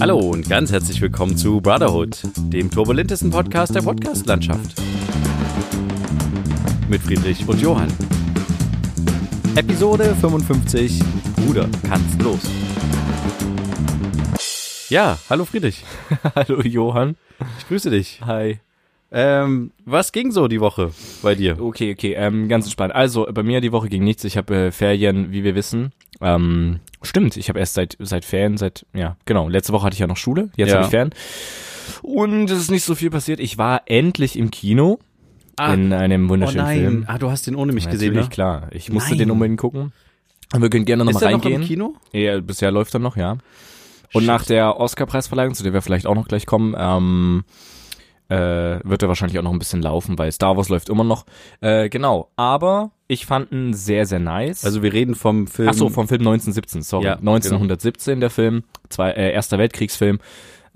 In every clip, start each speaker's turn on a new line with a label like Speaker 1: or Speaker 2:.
Speaker 1: Hallo und ganz herzlich willkommen zu Brotherhood, dem turbulentesten Podcast der Podcastlandschaft. Mit Friedrich und Johann. Episode 55 Bruder, kannst los. Ja, hallo Friedrich.
Speaker 2: Hallo Johann.
Speaker 1: Ich grüße dich.
Speaker 2: Hi.
Speaker 1: Ähm, was ging so die Woche bei dir?
Speaker 2: Okay, okay, ähm, ganz entspannt. Also, bei mir die Woche ging nichts. Ich habe äh, Ferien, wie wir wissen. Ähm, stimmt, ich habe erst seit, seit Ferien, seit, ja, genau. Letzte Woche hatte ich ja noch Schule, jetzt
Speaker 1: Ja.
Speaker 2: habe ich Ferien. Und es ist nicht so viel passiert. Ich war endlich im Kino
Speaker 1: Ah.
Speaker 2: in einem wunderschönen Film.
Speaker 1: ah, du hast den ohne mich gesehen,
Speaker 2: Natürlich,
Speaker 1: ne?
Speaker 2: klar. Ich musste
Speaker 1: Nein.
Speaker 2: den unbedingt gucken. Und wir können gerne
Speaker 1: Ist
Speaker 2: nochmal
Speaker 1: der noch im
Speaker 2: reingehen.
Speaker 1: Kino?
Speaker 2: Ja, bisher läuft er noch, ja. Und nach der Oscar-Preisverleihung, zu der wir vielleicht auch noch gleich kommen, ähm, äh, wird er wahrscheinlich auch noch ein bisschen laufen, weil Star Wars läuft immer noch. Äh, genau, aber ich fand ihn sehr, sehr nice.
Speaker 1: Also wir reden vom Film.
Speaker 2: Ach so, vom Film 1917, sorry.
Speaker 1: Ja, genau.
Speaker 2: 1917 der Film, zwei, äh, erster Weltkriegsfilm.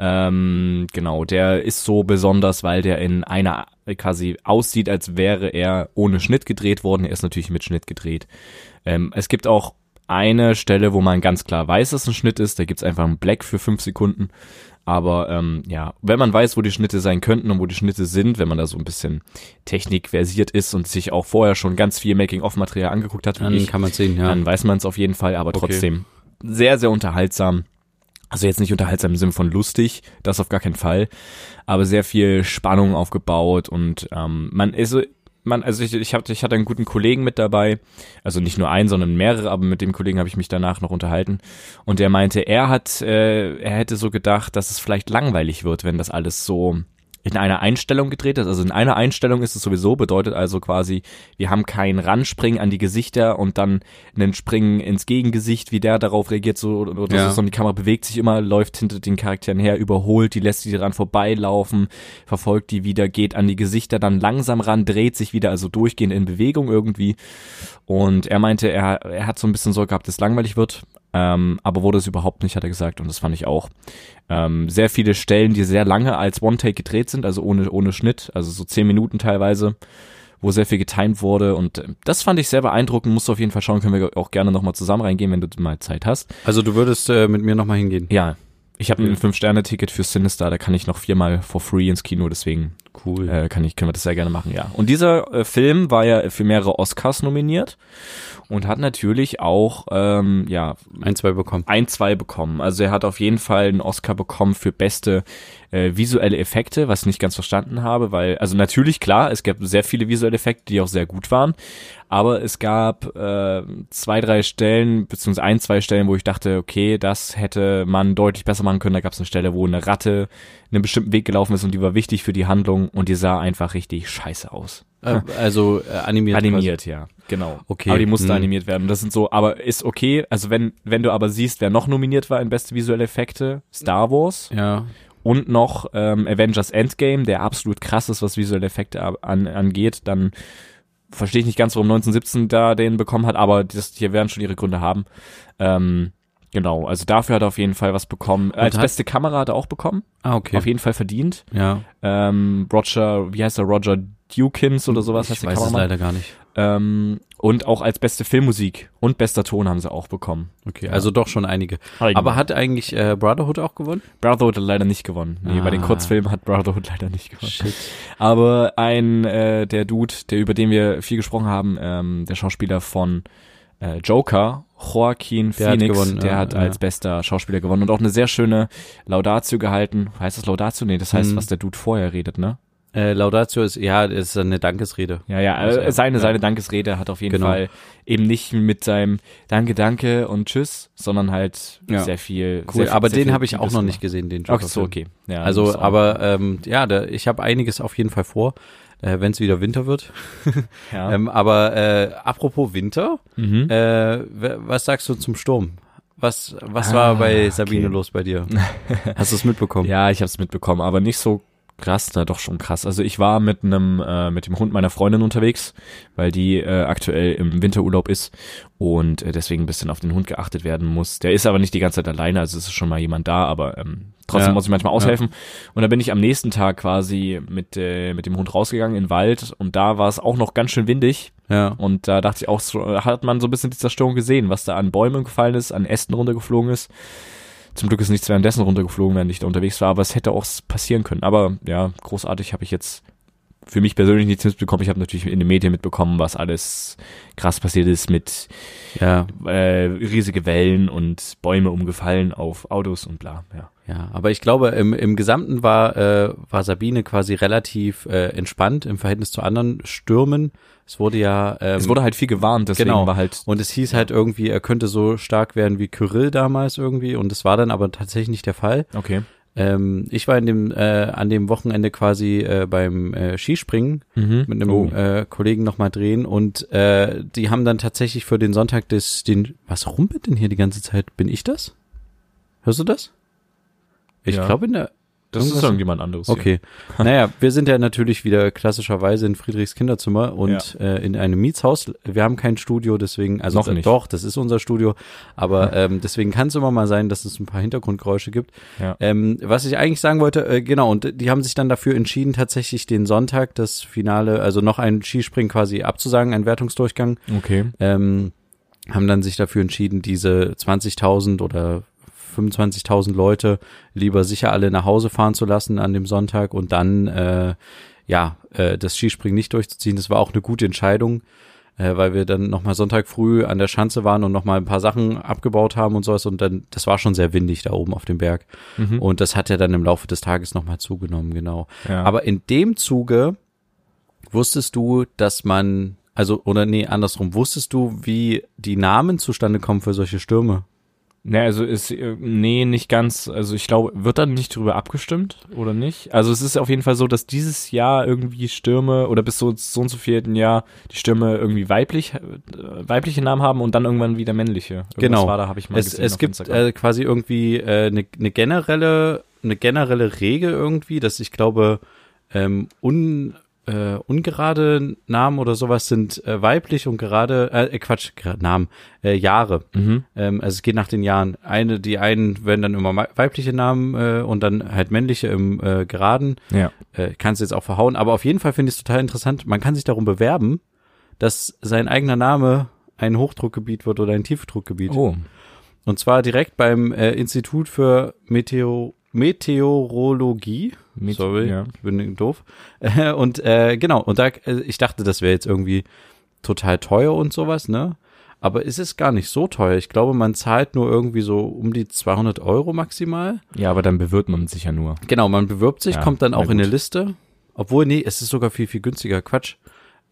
Speaker 2: Ähm, genau, der ist so besonders, weil der in einer äh, quasi aussieht, als wäre er ohne Schnitt gedreht worden. Er ist natürlich mit Schnitt gedreht. Ähm, es gibt auch eine Stelle, wo man ganz klar weiß, dass ein Schnitt ist. Da gibt's einfach einen Black für fünf Sekunden. Aber ähm, ja, wenn man weiß, wo die Schnitte sein könnten und wo die Schnitte sind, wenn man da so ein bisschen technikversiert ist und sich auch vorher schon ganz viel Making-of-Material angeguckt hat, wie
Speaker 1: dann
Speaker 2: ich,
Speaker 1: kann man sehen, ja.
Speaker 2: dann weiß man es auf jeden Fall, aber
Speaker 1: Okay.
Speaker 2: trotzdem sehr, sehr unterhaltsam. Also jetzt nicht unterhaltsam im Sinne von lustig, das auf gar keinen Fall, aber sehr viel Spannung aufgebaut und ähm, man ist, so- man, also ich, ich, hatte, ich hatte einen guten Kollegen mit dabei, also nicht nur einen, sondern mehrere, aber mit dem Kollegen habe ich mich danach noch unterhalten und der meinte, er hat, äh, er hätte so gedacht, dass es vielleicht langweilig wird, wenn das alles so in einer Einstellung gedreht ist. Also in einer Einstellung ist es sowieso, bedeutet also quasi, wir haben kein Ranspringen an die Gesichter und dann einen Springen ins Gegengesicht, wie der darauf reagiert, so oder, oder
Speaker 1: Ja.
Speaker 2: so, sondern die Kamera bewegt sich immer, läuft hinter den Charakteren her, überholt, die lässt die dran vorbeilaufen, verfolgt die wieder, geht an die Gesichter dann langsam ran, dreht sich wieder, also durchgehend in Bewegung irgendwie. Und er meinte, er, er hat so ein bisschen Sorge gehabt, dass es langweilig wird. Ähm, aber wurde es überhaupt nicht, hat er gesagt. Und das fand ich auch. Ähm, sehr viele Stellen, die sehr lange als One-Take gedreht sind, also ohne, ohne Schnitt, also so zehn Minuten teilweise, wo sehr viel getimed wurde. Und ähm, das fand ich sehr beeindruckend. Musst du auf jeden Fall schauen, können wir auch gerne nochmal zusammen reingehen, wenn du mal Zeit hast.
Speaker 1: Also du würdest äh, mit mir nochmal hingehen.
Speaker 2: Ja, ich habe ein Fünf-Sterne-Ticket für Sinister, da kann ich noch viermal for free ins Kino, deswegen
Speaker 1: Cool.
Speaker 2: äh, kann ich, können wir das sehr gerne machen, ja. Und dieser äh, Film war ja für mehrere Oscars nominiert und hat natürlich auch, ähm, ja,
Speaker 1: Ein, zwei bekommen.
Speaker 2: ein, zwei bekommen. Also er hat auf jeden Fall einen Oscar bekommen für beste äh, visuelle Effekte, was ich nicht ganz verstanden habe, weil, also natürlich klar, es gab sehr viele visuelle Effekte, die auch sehr gut waren, aber es gab äh, zwei, drei Stellen, beziehungsweise ein, zwei Stellen, wo ich dachte, okay, das hätte man deutlich besser machen können. Da gab es eine Stelle, wo eine Ratte einen bestimmten Weg gelaufen ist und die war wichtig für die Handlung und die sah einfach richtig scheiße aus.
Speaker 1: Äh, also äh, animiert.
Speaker 2: Animiert, ja, genau.
Speaker 1: Okay,
Speaker 2: Aber die musste
Speaker 1: hm.
Speaker 2: animiert werden. Das sind so, aber ist okay. Also wenn, wenn du aber siehst, wer noch nominiert war in beste visuelle Effekte, Star Wars
Speaker 1: quasi. Ja.
Speaker 2: und noch ähm, Avengers Endgame, der absolut krass ist, was visuelle Effekte ab- an, angeht, dann verstehe ich nicht ganz, warum 1917 da den bekommen hat, aber das, hier werden schon ihre Gründe haben. Ähm, genau, also dafür hat er auf jeden Fall was bekommen. Als
Speaker 1: hat-
Speaker 2: beste Kamera hat er auch bekommen,
Speaker 1: Ah, okay.
Speaker 2: auf jeden Fall verdient.
Speaker 1: ja.
Speaker 2: Ähm, Roger, wie heißt er, Roger Dukins oder sowas heißt
Speaker 1: Hm, ich
Speaker 2: der
Speaker 1: weiß es
Speaker 2: Kameramann?
Speaker 1: leider gar nicht.
Speaker 2: Ähm, und auch als beste Filmmusik und bester Ton haben sie auch bekommen.
Speaker 1: Okay, also doch schon einige.
Speaker 2: Einige.
Speaker 1: Aber hat eigentlich äh, Brotherhood auch gewonnen?
Speaker 2: Brotherhood hat leider nicht gewonnen. Nee, bei den
Speaker 1: Ah.
Speaker 2: Kurzfilmen hat Brotherhood leider nicht gewonnen.
Speaker 1: Shit.
Speaker 2: Aber ein, äh, der Dude, der, über den wir viel gesprochen haben, ähm, der Schauspieler von äh, Joker, Joaquin
Speaker 1: Der hat
Speaker 2: Phoenix,
Speaker 1: gewonnen,
Speaker 2: der
Speaker 1: ja,
Speaker 2: hat
Speaker 1: ja.
Speaker 2: als bester Schauspieler gewonnen und auch eine sehr schöne Laudatio gehalten. Heißt das Laudatio? Nee, das heißt,
Speaker 1: Mhm.
Speaker 2: was der Dude vorher redet, ne?
Speaker 1: Äh, Laudatio ist, ja, ist eine Dankesrede.
Speaker 2: Ja, ja,
Speaker 1: Also,
Speaker 2: äh, seine,
Speaker 1: ja.
Speaker 2: seine Dankesrede hat auf jeden
Speaker 1: Genau.
Speaker 2: Fall eben nicht mit seinem Danke, Danke und Tschüss, sondern halt
Speaker 1: Ja.
Speaker 2: sehr viel.
Speaker 1: Cool,
Speaker 2: sehr, viel-
Speaker 1: aber
Speaker 2: sehr
Speaker 1: den
Speaker 2: viel
Speaker 1: habe ich auch
Speaker 2: Liebes
Speaker 1: noch nicht
Speaker 2: gemacht.
Speaker 1: gesehen, den Joker.
Speaker 2: Ach so, okay. Ja, muss
Speaker 1: Also,
Speaker 2: auch-
Speaker 1: aber ähm, ja, da, ich habe einiges auf jeden Fall vor, äh, wenn es wieder Winter wird.
Speaker 2: Ja.
Speaker 1: Ähm, aber äh, apropos Winter,
Speaker 2: mhm.
Speaker 1: äh, w- was sagst du zum Sturm? Was, was war bei Sabine
Speaker 2: okay.
Speaker 1: los bei dir? Hast du es mitbekommen?
Speaker 2: ja, ich habe es mitbekommen, aber nicht so krass, da doch schon krass. Also ich war mit einem äh, mit dem Hund meiner Freundin unterwegs, weil die äh, aktuell im Winterurlaub ist und äh, deswegen ein bisschen auf den Hund geachtet werden muss. Der ist aber nicht die ganze Zeit alleine, also es ist schon mal jemand da, aber ähm, trotzdem
Speaker 1: Ja.
Speaker 2: muss ich manchmal aushelfen. Und da bin ich am nächsten Tag quasi mit äh, mit dem Hund rausgegangen in den Wald und da war es auch noch ganz schön windig
Speaker 1: Ja.
Speaker 2: und da dachte ich auch, so, hat man so ein bisschen die Zerstörung gesehen, was da an Bäumen gefallen ist, an Ästen runtergeflogen ist. Zum Glück ist nichts währenddessen runtergeflogen, während ich da unterwegs war, aber es hätte auch passieren können. Aber ja, großartig habe ich jetzt für mich persönlich nichts mitbekommen. Ich habe natürlich in den Medien mitbekommen, was alles krass passiert ist mit
Speaker 1: Ja,
Speaker 2: äh, riesige Wellen und Bäume umgefallen auf Autos und bla. Ja.
Speaker 1: ja. Aber ich glaube, im, im Gesamten war, äh, war Sabine quasi relativ äh, entspannt im Verhältnis zu anderen Stürmen. Es wurde ja. Ähm,
Speaker 2: Es wurde halt viel gewarnt, deswegen
Speaker 1: Genau.
Speaker 2: war halt
Speaker 1: und es hieß halt irgendwie, er könnte so stark werden wie Kyrill damals irgendwie. Und es war dann aber tatsächlich nicht der Fall.
Speaker 2: okay.
Speaker 1: Ähm, ich war in dem, äh, an dem Wochenende quasi äh, beim äh, Skispringen mit einem
Speaker 2: Oh.
Speaker 1: äh, Kollegen nochmal drehen und äh, die haben dann tatsächlich für den Sonntag des, den, was rumpelt denn hier die ganze Zeit? Bin ich das? Hörst du das? Ich
Speaker 2: Ja.
Speaker 1: glaube in der,
Speaker 2: Das ist
Speaker 1: irgendwas-
Speaker 2: irgendjemand anderes. hier.
Speaker 1: Okay. Naja, wir sind ja natürlich wieder klassischerweise in Friedrichs Kinderzimmer und äh, in einem Mietshaus. Wir haben kein Studio, deswegen, also
Speaker 2: Noch
Speaker 1: d-
Speaker 2: nicht.
Speaker 1: doch, das ist unser Studio, aber ähm, deswegen kann es immer mal sein, dass es ein paar Hintergrundgeräusche gibt.
Speaker 2: Ja.
Speaker 1: Ähm, was ich eigentlich sagen wollte, äh, genau, und die haben sich dann dafür entschieden, tatsächlich den Sonntag, das Finale, also noch einen Skispringen quasi abzusagen, einen Wertungsdurchgang
Speaker 2: Okay.
Speaker 1: ähm, haben dann sich dafür entschieden, diese 20.000 oder 25.000 Leute lieber sicher alle nach Hause fahren zu lassen an dem Sonntag und dann äh, ja äh, das Skispringen nicht durchzuziehen. Das war auch eine gute Entscheidung, äh, weil wir dann nochmal Sonntag früh an der Schanze waren und nochmal ein paar Sachen abgebaut haben und sowas und dann das war schon sehr windig da oben auf dem Berg und das hat ja dann im Laufe des Tages nochmal zugenommen genau.
Speaker 2: Ja.
Speaker 1: Aber in dem Zuge wusstest du, dass man, also, oder nee, andersrum, wusstest du, wie die Namen zustande kommen für solche Stürme?
Speaker 2: Ne, also ist äh, nee, nicht ganz. Also ich glaube, wird dann nicht drüber abgestimmt oder nicht? Also es ist auf jeden Fall so, dass dieses Jahr irgendwie Stürme oder bis so so und so vierten Jahr die Stürme irgendwie weiblich äh, weibliche Namen haben und dann irgendwann wieder männliche. Irgendwas
Speaker 1: Genau.
Speaker 2: War, da habe ich mal
Speaker 1: Es,
Speaker 2: gesehen
Speaker 1: es
Speaker 2: auf
Speaker 1: gibt
Speaker 2: Instagram.
Speaker 1: äh, quasi irgendwie eine äh, ne ne generelle, eine generelle Regel irgendwie, dass ich glaube, ähm, un, äh, ungerade Namen oder sowas sind äh, weiblich und gerade, äh, Quatsch, gra- Namen, äh, Jahre.
Speaker 2: mhm.
Speaker 1: Ähm, also es geht nach den Jahren. Eine, die einen werden dann immer mei- weibliche Namen äh, und dann halt männliche im äh, Geraden.
Speaker 2: Ja.
Speaker 1: äh, kannst jetzt auch verhauen, aber auf jeden Fall finde ich es total interessant. Man kann sich darum bewerben, dass sein eigener Name ein Hochdruckgebiet wird oder ein Tiefdruckgebiet.
Speaker 2: Oh.
Speaker 1: Und zwar direkt beim äh, Institut für Meteo Meteorologie.
Speaker 2: Mit-
Speaker 1: Sorry,
Speaker 2: Ja.
Speaker 1: ich bin doof. Äh, und äh, genau, und da, äh, ich dachte, das wäre jetzt irgendwie total teuer und sowas, ne? Aber es ist gar nicht so teuer. Ich glaube, man zahlt nur irgendwie so um die 200 Euro maximal.
Speaker 2: ja, aber dann bewirbt man sich ja nur.
Speaker 1: Genau, man bewirbt sich,
Speaker 2: Ja,
Speaker 1: kommt dann
Speaker 2: na
Speaker 1: auch in
Speaker 2: gut.
Speaker 1: eine Liste. Obwohl, nee, es ist sogar viel, viel günstiger. Quatsch.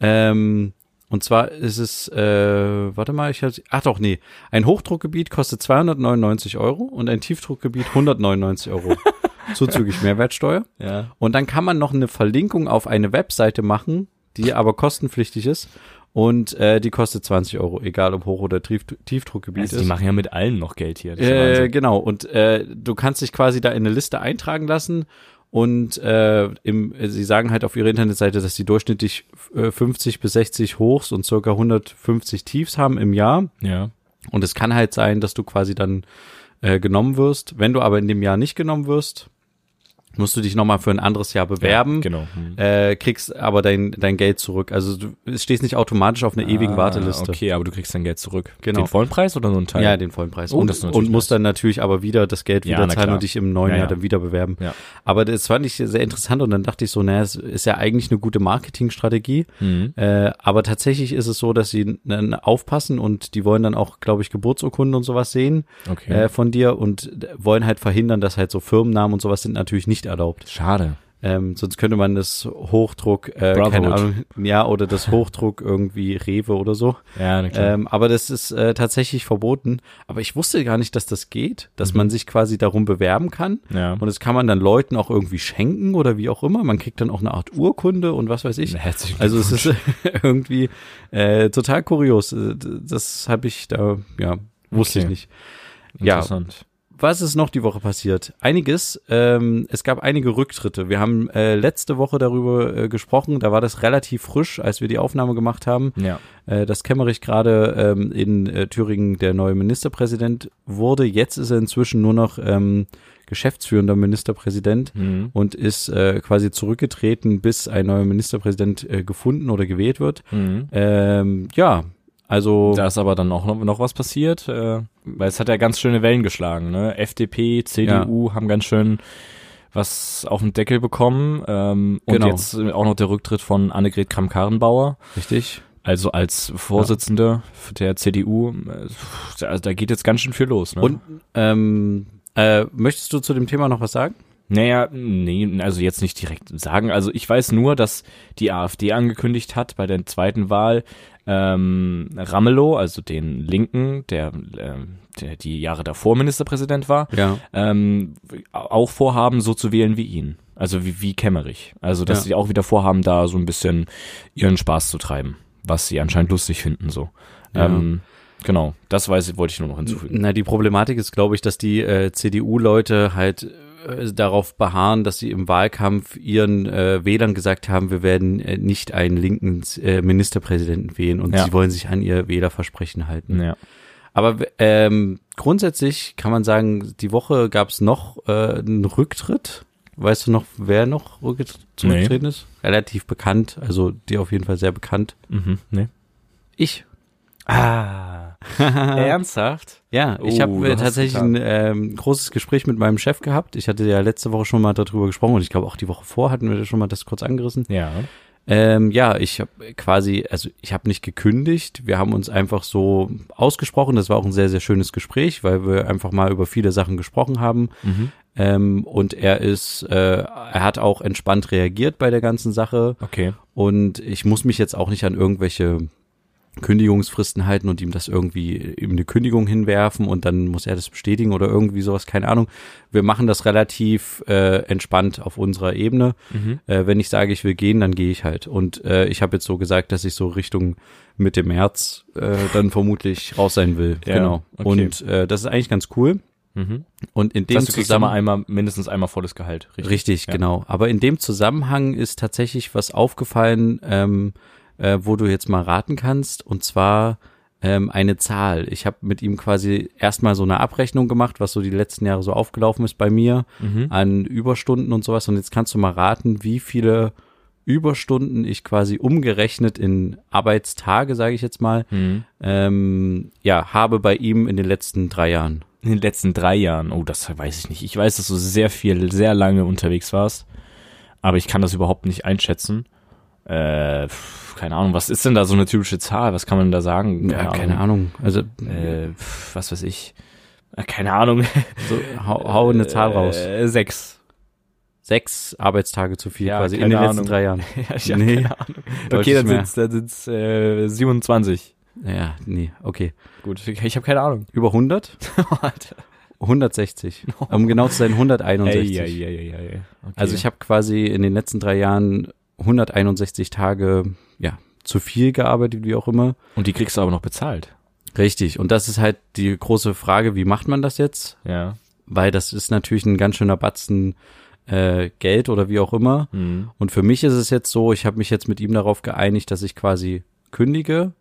Speaker 1: Ähm, und zwar ist es, äh, warte mal, ich hab's, ach doch, nee. Ein Hochdruckgebiet kostet 299 Euro und ein Tiefdruckgebiet 199 Euro. Zuzüglich Mehrwertsteuer.
Speaker 2: Ja.
Speaker 1: Und dann kann man noch eine Verlinkung auf eine Webseite machen, die aber kostenpflichtig ist. Und äh, die kostet 20 Euro, egal ob Hoch- oder Tief Tiefdruckgebiet
Speaker 2: Also
Speaker 1: ist.
Speaker 2: die machen ja mit allen noch Geld hier. Das ist ja
Speaker 1: Äh,
Speaker 2: Wahnsinn.
Speaker 1: genau, und äh, du kannst dich quasi da in eine Liste eintragen lassen und äh, im, äh, sie sagen halt auf ihrer Internetseite, dass sie durchschnittlich äh, 50 bis 60 Hochs und circa 150 Tiefs haben im Jahr.
Speaker 2: ja.
Speaker 1: Und es kann halt sein, dass du quasi dann äh, genommen wirst. Wenn du aber in dem Jahr nicht genommen wirst, musst du dich nochmal für ein anderes Jahr bewerben.
Speaker 2: Genau. Hm.
Speaker 1: Äh, kriegst aber dein, dein Geld zurück. Also du stehst nicht automatisch auf einer
Speaker 2: Ah,
Speaker 1: ewigen Warteliste.
Speaker 2: Okay, aber du kriegst dein Geld zurück.
Speaker 1: Genau.
Speaker 2: Den vollen Preis oder nur einen Teil?
Speaker 1: Ja, den vollen Preis.
Speaker 2: Oh,
Speaker 1: und,
Speaker 2: das ist natürlich
Speaker 1: und musst dann natürlich aber wieder das Geld
Speaker 2: Ja,
Speaker 1: wieder
Speaker 2: na
Speaker 1: zahlen
Speaker 2: klar.
Speaker 1: und dich im neuen
Speaker 2: Ja,
Speaker 1: Jahr
Speaker 2: ja.
Speaker 1: dann wieder bewerben.
Speaker 2: Ja.
Speaker 1: Aber das fand ich sehr interessant und dann dachte ich so, naja, es ist ja eigentlich eine gute Marketingstrategie.
Speaker 2: Mhm.
Speaker 1: Äh, aber tatsächlich ist es so, dass sie dann aufpassen und die wollen dann auch, glaube ich, Geburtsurkunden und sowas sehen
Speaker 2: Okay.
Speaker 1: äh, von dir und wollen halt verhindern, dass halt so Firmennamen und sowas sind natürlich nicht erlaubt.
Speaker 2: Schade.
Speaker 1: Ähm, sonst könnte man das Hochdruck, äh, keine
Speaker 2: Brotherhood.
Speaker 1: Ahnung, ja, oder das Hochdruck irgendwie Rewe oder so.
Speaker 2: Ja, na klar.
Speaker 1: Ähm, aber das ist äh, tatsächlich verboten. Aber ich wusste gar nicht, dass das geht, dass man sich quasi darum bewerben kann.
Speaker 2: Mhm. ja.
Speaker 1: Ähm, Und das kann man dann Leuten auch irgendwie schenken oder wie auch immer. Man kriegt dann auch eine Art Urkunde und was weiß ich.
Speaker 2: Na, herzlichen
Speaker 1: Also es ist irgendwie äh, total kurios. Äh, d- Das habe ich da, ja, wusste ich
Speaker 2: Okay.
Speaker 1: nicht. Ja,
Speaker 2: Interessant.
Speaker 1: was ist noch die Woche passiert? Einiges. Ähm, es gab einige Rücktritte. Wir haben äh, letzte Woche darüber äh, gesprochen. Da war das relativ frisch, als wir die Aufnahme gemacht haben
Speaker 2: Ja.
Speaker 1: äh, dass Kemmerich gerade ähm, in äh, Thüringen der neue Ministerpräsident wurde. Jetzt ist er inzwischen nur noch ähm, geschäftsführender Ministerpräsident
Speaker 2: Mhm.
Speaker 1: und ist äh, quasi zurückgetreten, bis ein neuer Ministerpräsident äh, gefunden oder gewählt wird.
Speaker 2: Mhm.
Speaker 1: Ähm, ja, Also
Speaker 2: Da ist aber dann auch noch, noch was passiert, äh, weil es hat ja ganz schöne Wellen geschlagen. Ne? FDP, CDU haben ganz schön was auf den Deckel bekommen. Ähm, und
Speaker 1: Genau.
Speaker 2: jetzt auch noch der Rücktritt von Annegret Kramp-Karrenbauer,
Speaker 1: richtig.
Speaker 2: also als Vorsitzende der CDU. Äh, da, da geht jetzt ganz schön viel los. Ne?
Speaker 1: Und ähm, äh, möchtest du zu dem Thema noch was sagen?
Speaker 2: Naja, nee, also jetzt nicht direkt sagen. Also ich weiß nur, dass die AfD angekündigt hat bei der zweiten Wahl ähm, Ramelow, also den Linken, der, ähm, der die Jahre davor Ministerpräsident war,
Speaker 1: Ja.
Speaker 2: ähm, auch vorhaben, so zu wählen wie ihn. Also wie, wie Kämmerich. Also dass
Speaker 1: Ja.
Speaker 2: sie auch wieder vorhaben, da so ein bisschen ihren Spaß zu treiben, was sie anscheinend lustig finden so.
Speaker 1: Ja.
Speaker 2: Ähm, genau, das weiß ich, wollte ich nur noch hinzufügen.
Speaker 1: Na, die Problematik ist, glaube ich, dass die äh, CDU-Leute halt äh, darauf beharren, dass sie im Wahlkampf ihren äh, Wählern gesagt haben, wir werden äh, nicht einen linken äh, Ministerpräsidenten wählen und
Speaker 2: Ja.
Speaker 1: sie wollen sich an ihr Wählerversprechen halten.
Speaker 2: Ja.
Speaker 1: Aber w- ähm, grundsätzlich kann man sagen, die Woche gab es noch äh, einen Rücktritt. Weißt du noch, wer noch rückget- zurückgetreten ist? Relativ bekannt, also dir auf jeden Fall sehr bekannt.
Speaker 2: Mhm, nee.
Speaker 1: Ich.
Speaker 2: Ah. Ernsthaft?
Speaker 1: Ja, ich
Speaker 2: Oh,
Speaker 1: hab
Speaker 2: du
Speaker 1: habe
Speaker 2: hast
Speaker 1: tatsächlich
Speaker 2: getan.
Speaker 1: ein ähm, großes Gespräch mit meinem Chef gehabt. Ich hatte ja letzte Woche schon mal darüber gesprochen und ich glaube auch die Woche vor hatten wir schon mal das kurz angerissen.
Speaker 2: Ja.
Speaker 1: Ähm, ja, ich habe quasi, also ich habe nicht gekündigt. Wir haben uns einfach so ausgesprochen. Das war auch ein sehr, sehr schönes Gespräch, weil wir einfach mal über viele Sachen gesprochen haben. Ähm, und er ist, äh, er hat auch entspannt reagiert bei der ganzen Sache.
Speaker 2: Okay.
Speaker 1: Und ich muss mich jetzt auch nicht an irgendwelche Kündigungsfristen halten und ihm das irgendwie ihm eine Kündigung hinwerfen und dann muss er das bestätigen oder irgendwie sowas, keine Ahnung. Wir machen das relativ äh, entspannt auf unserer Ebene.
Speaker 2: Mhm.
Speaker 1: Äh, wenn ich sage, ich will gehen, dann gehe ich halt. Und äh, ich habe jetzt so gesagt, dass ich so Richtung Mitte März äh, dann vermutlich raus sein will.
Speaker 2: Ja,
Speaker 1: genau.
Speaker 2: okay.
Speaker 1: Und äh, das ist eigentlich ganz cool.
Speaker 2: Mhm.
Speaker 1: Und in dem
Speaker 2: Das heißt, du kriegst
Speaker 1: Zusammenhang
Speaker 2: immer einmal, mindestens einmal volles Gehalt, richtig?
Speaker 1: Richtig,
Speaker 2: Ja.
Speaker 1: genau. Aber in dem Zusammenhang ist tatsächlich was aufgefallen, ähm, äh, wo du jetzt mal raten kannst, und zwar ähm, eine Zahl. Ich habe mit ihm quasi erstmal so eine Abrechnung gemacht, was so die letzten Jahre so aufgelaufen ist bei mir
Speaker 2: Mhm.
Speaker 1: an Überstunden und sowas. Und jetzt kannst du mal raten, wie viele Überstunden ich quasi umgerechnet in Arbeitstage, sage ich jetzt mal, ähm, ja, habe bei ihm in den letzten drei Jahren.
Speaker 2: In den letzten drei Jahren, oh, das weiß ich nicht. Ich weiß, dass du sehr viel, sehr lange unterwegs warst, aber ich kann das überhaupt nicht einschätzen. Äh, pf, keine Ahnung, was ist denn da so eine typische Zahl? Was kann man da sagen?
Speaker 1: Ja, keine Ahnung. Also
Speaker 2: Äh, pf, was weiß ich? Äh, Keine Ahnung.
Speaker 1: so, hau, hau eine Zahl raus.
Speaker 2: Äh, sechs.
Speaker 1: sechs Arbeitstage zu viel
Speaker 2: Ja,
Speaker 1: quasi in
Speaker 2: keine
Speaker 1: den
Speaker 2: Ahnung.
Speaker 1: letzten drei Jahren.
Speaker 2: ja, ich
Speaker 1: Nee.
Speaker 2: keine Ahnung. Okay,
Speaker 1: Deutlich
Speaker 2: dann
Speaker 1: mehr.
Speaker 2: sind's, dann sind's äh, 27.
Speaker 1: Ja, nee, okay.
Speaker 2: Gut, ich, ich habe keine Ahnung.
Speaker 1: Über 100?
Speaker 2: Alter.
Speaker 1: 160. Um genau zu sein, 161.
Speaker 2: Ey, ey, ey, ey, ey. Okay.
Speaker 1: Also ich habe quasi in den letzten drei Jahren 161 Tage, ja, zu viel gearbeitet, wie auch immer.
Speaker 2: und die kriegst du aber noch bezahlt.
Speaker 1: Richtig. Und das ist halt die große Frage, wie macht man das jetzt?
Speaker 2: Ja.
Speaker 1: Weil das ist natürlich ein ganz schöner Batzen äh, Geld oder wie auch immer.
Speaker 2: Mhm.
Speaker 1: Und für mich ist es jetzt so, ich habe mich jetzt mit ihm darauf geeinigt, dass ich quasi kündige,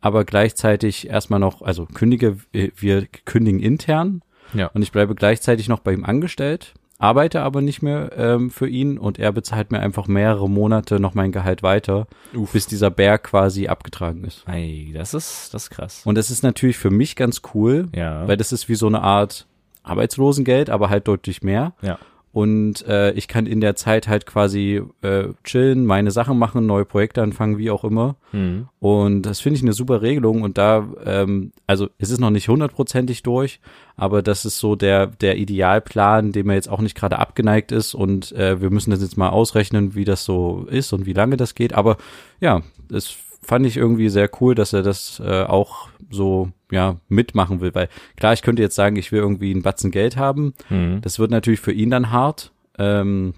Speaker 1: aber gleichzeitig erstmal noch, also kündige, äh, wir kündigen intern
Speaker 2: Ja.
Speaker 1: und ich bleibe gleichzeitig noch bei ihm angestellt, arbeite aber nicht mehr ähm, für ihn und er bezahlt mir einfach mehrere Monate noch mein Gehalt weiter,
Speaker 2: Uff.
Speaker 1: bis dieser Berg quasi abgetragen ist.
Speaker 2: Ey, das ist, das ist krass.
Speaker 1: Und das ist natürlich für mich ganz cool,
Speaker 2: ja.
Speaker 1: weil das ist wie so eine Art Arbeitslosengeld, aber halt deutlich mehr.
Speaker 2: ja.
Speaker 1: Und äh, ich kann in der Zeit halt quasi äh, chillen, meine Sachen machen, neue Projekte anfangen, wie auch immer.
Speaker 2: Mhm.
Speaker 1: Und das finde ich eine super Regelung. Und da, ähm, also es ist noch nicht hundertprozentig durch, aber das ist so der, der Idealplan, dem er jetzt auch nicht gerade abgeneigt ist. Und äh, wir müssen das jetzt mal ausrechnen, wie das so ist und wie lange das geht. Aber ja, das fand ich irgendwie sehr cool, dass er das äh, auch so ja mitmachen will. Weil klar, ich könnte jetzt sagen, ich will irgendwie einen Batzen Geld haben.
Speaker 2: Mhm.
Speaker 1: Das wird natürlich für ihn dann hart. Ähm,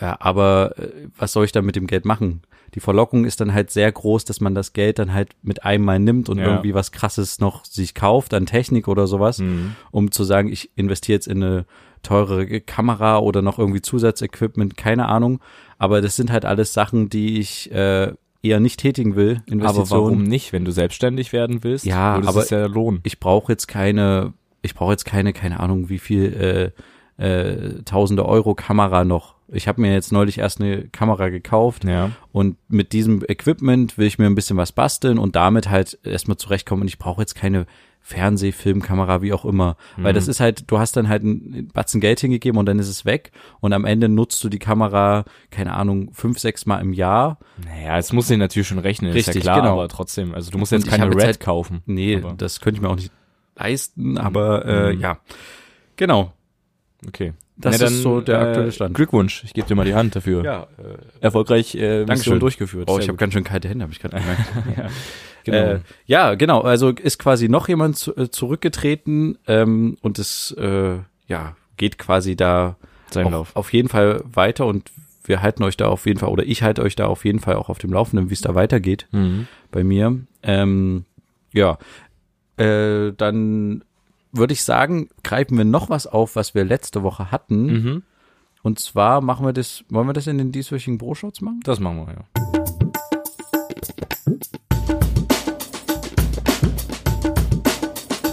Speaker 1: ja, aber äh, was soll ich dann mit dem Geld machen? Die Verlockung ist dann halt sehr groß, dass man das Geld dann halt mit einmal nimmt und
Speaker 2: Ja.
Speaker 1: irgendwie was Krasses noch sich kauft an Technik oder sowas,
Speaker 2: Mhm.
Speaker 1: um zu sagen, ich investiere jetzt in eine teure Kamera oder noch irgendwie Zusatzequipment, keine Ahnung. Aber das sind halt alles Sachen, die ich äh, eher nicht tätigen will.
Speaker 2: Aber
Speaker 1: Investitionen.
Speaker 2: warum nicht, wenn du selbstständig werden willst?
Speaker 1: Ja,
Speaker 2: würde
Speaker 1: aber-
Speaker 2: es ja lohnen.
Speaker 1: ich brauche jetzt keine, ich brauche jetzt keine, keine Ahnung, wie viel äh, äh, tausende Euro Kamera noch. Ich habe mir jetzt neulich erst eine Kamera gekauft
Speaker 2: Ja.
Speaker 1: und mit diesem Equipment will ich mir ein bisschen was basteln und damit halt erstmal zurechtkommen. Und ich brauche jetzt keine Fernseh, Filmkamera, wie auch immer. Weil
Speaker 2: Mhm.
Speaker 1: das ist halt, du hast dann halt einen Batzen Geld hingegeben und dann ist es weg. Und am Ende nutzt du die Kamera, keine Ahnung, fünf, sechs Mal im Jahr.
Speaker 2: Naja, es muss sich natürlich schon rechnen, ist ja
Speaker 1: Richtig,
Speaker 2: klar,
Speaker 1: genau.
Speaker 2: aber trotzdem. Also du musst
Speaker 1: Und
Speaker 2: jetzt
Speaker 1: ich
Speaker 2: keine
Speaker 1: habe
Speaker 2: Red
Speaker 1: jetzt halt-
Speaker 2: kaufen.
Speaker 1: Nee,
Speaker 2: Aber- Mhm.
Speaker 1: das könnte ich mir auch nicht leisten, aber äh, ja. Genau.
Speaker 2: Okay.
Speaker 1: Das
Speaker 2: Na,
Speaker 1: ist so der aktuelle Stand.
Speaker 2: Glückwunsch, ich gebe dir mal die Hand dafür.
Speaker 1: Ja,
Speaker 2: Erfolgreich äh, Mission
Speaker 1: Dankeschön.
Speaker 2: durchgeführt.
Speaker 1: Oh,
Speaker 2: Sehr
Speaker 1: ich habe
Speaker 2: gut.
Speaker 1: ganz schön kalte Hände, habe ich gerade gemerkt.
Speaker 2: genau.
Speaker 1: Äh, ja, genau. Also ist quasi noch jemand zu, äh, zurückgetreten ähm, und es äh, ja, geht quasi da
Speaker 2: Sein
Speaker 1: auf,
Speaker 2: Lauf.
Speaker 1: auf jeden Fall weiter und wir halten euch da auf jeden Fall oder ich halte euch da auf jeden Fall auch auf dem Laufenden, wie es da weitergeht
Speaker 2: Mhm.
Speaker 1: bei mir. Ähm, ja, äh, dann würde ich sagen, greifen wir noch was auf, was wir letzte Woche hatten.
Speaker 2: Mhm.
Speaker 1: Und zwar machen wir das, wollen wir das in den dieswöchigen Broschutz machen?
Speaker 2: Das machen wir, ja.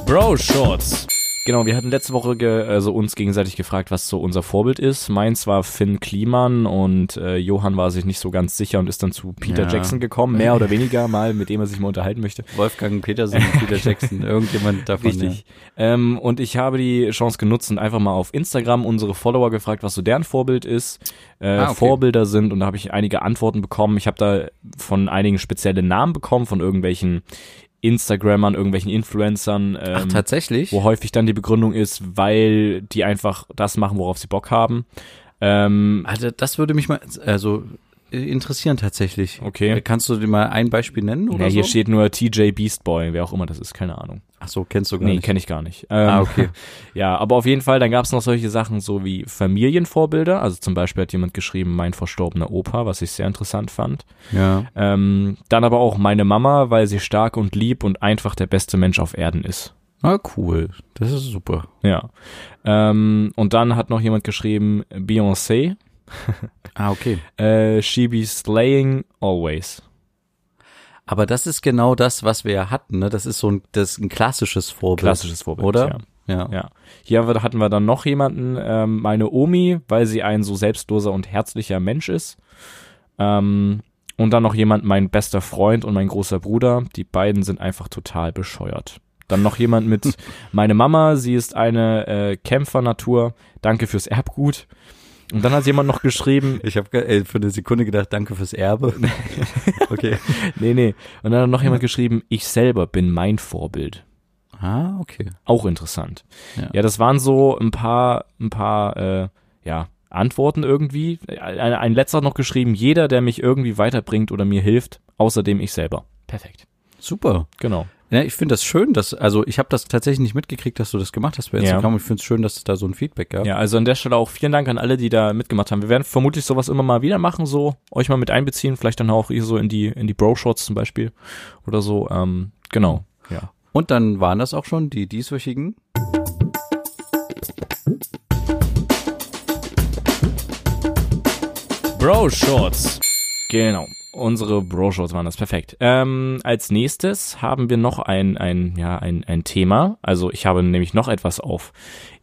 Speaker 2: Bro Shorts. Genau, wir hatten letzte Woche ge also uns gegenseitig gefragt, was so unser Vorbild ist. Meins war Finn Kliman und äh, Johann war sich nicht so ganz sicher und ist dann zu Peter
Speaker 1: Ja.
Speaker 2: Jackson gekommen, mehr oder weniger mal, mit dem er sich mal unterhalten möchte.
Speaker 1: Wolfgang Petersen, Peter Jackson, irgendjemand davon.
Speaker 2: Richtig. Ähm, und ich habe die Chance genutzt und einfach mal auf Instagram unsere Follower gefragt, was so deren Vorbild ist, äh,
Speaker 1: Ah, okay.
Speaker 2: Vorbilder sind. Und da habe ich einige Antworten bekommen. Ich habe da von einigen spezielle Namen bekommen, von irgendwelchen Instagrammern, irgendwelchen Influencern. Ähm,
Speaker 1: Ach, tatsächlich?
Speaker 2: wo häufig dann die Begründung ist, weil die einfach das machen, worauf sie Bock haben. Ähm,
Speaker 1: Also das würde mich mal also äh, interessieren tatsächlich.
Speaker 2: Okay.
Speaker 1: Äh, Kannst du dir mal ein Beispiel nennen oder
Speaker 2: ja, hier
Speaker 1: so?
Speaker 2: steht nur TJ Beast Boy, wer auch immer das ist, keine Ahnung.
Speaker 1: Ach so, kennst du gar
Speaker 2: Nee,
Speaker 1: nicht.
Speaker 2: kenne ich gar nicht. Ähm,
Speaker 1: Ah, okay.
Speaker 2: Ja, aber auf jeden Fall, dann gab es noch solche Sachen so wie Familienvorbilder. Also zum Beispiel hat jemand geschrieben, mein verstorbener Opa, was ich sehr interessant fand.
Speaker 1: Ja.
Speaker 2: Ähm, dann aber auch meine Mama, weil sie stark und lieb und einfach der beste Mensch auf Erden ist.
Speaker 1: Ah, cool. Das ist super.
Speaker 2: Ja. Ähm, und dann hat noch jemand geschrieben, Beyoncé,
Speaker 1: Ah, okay.
Speaker 2: äh, she be slaying always.
Speaker 1: Aber das ist genau das, was wir ja hatten, ne? Das ist so ein das ist ein klassisches Vorbild.
Speaker 2: Klassisches Vorbild,
Speaker 1: oder?
Speaker 2: ja.
Speaker 1: Ja.
Speaker 2: Ja. Hier haben wir- hatten wir dann noch jemanden, ähm, meine Omi, weil sie ein so selbstloser und herzlicher Mensch ist. Ähm, und dann noch jemand, mein bester Freund und mein großer Bruder. Die beiden sind einfach total bescheuert. Dann noch jemand mit meine Mama, sie ist eine äh, Kämpfernatur. Danke fürs Erbgut. Und dann hat jemand noch geschrieben,
Speaker 1: Ich habe äh, für eine Sekunde gedacht, danke fürs Erbe. okay.
Speaker 2: nee, nee. Und dann hat noch jemand geschrieben, ich selber bin mein Vorbild.
Speaker 1: Ah, okay.
Speaker 2: Auch interessant.
Speaker 1: Ja.
Speaker 2: Ja, das waren so ein paar, ein paar, äh, ja, Antworten irgendwie. Ein, ein letzter hat noch geschrieben, jeder, der mich irgendwie weiterbringt oder mir hilft, außerdem ich selber. Perfekt.
Speaker 1: Super.
Speaker 2: Genau.
Speaker 1: Ja, ich finde das schön, dass also ich habe das tatsächlich nicht mitgekriegt, dass du das gemacht hast bei
Speaker 2: Ja.
Speaker 1: Instagram. Ich finde es schön, dass es da so ein Feedback gab.
Speaker 2: Ja, also an der Stelle auch vielen Dank an alle, die da mitgemacht haben. Wir werden vermutlich sowas immer mal wieder machen, so euch mal mit einbeziehen, vielleicht dann auch hier so in die, in die Bro-Shots zum Beispiel oder so. Ähm, genau. Ja.
Speaker 1: Und dann waren das auch schon die dieswöchigen
Speaker 2: Bro-Shorts. Genau. Unsere Bro-Shorts waren das perfekt. Ähm, als nächstes haben wir noch ein, ein, ja, ein, ein Thema. Also ich habe nämlich noch etwas auf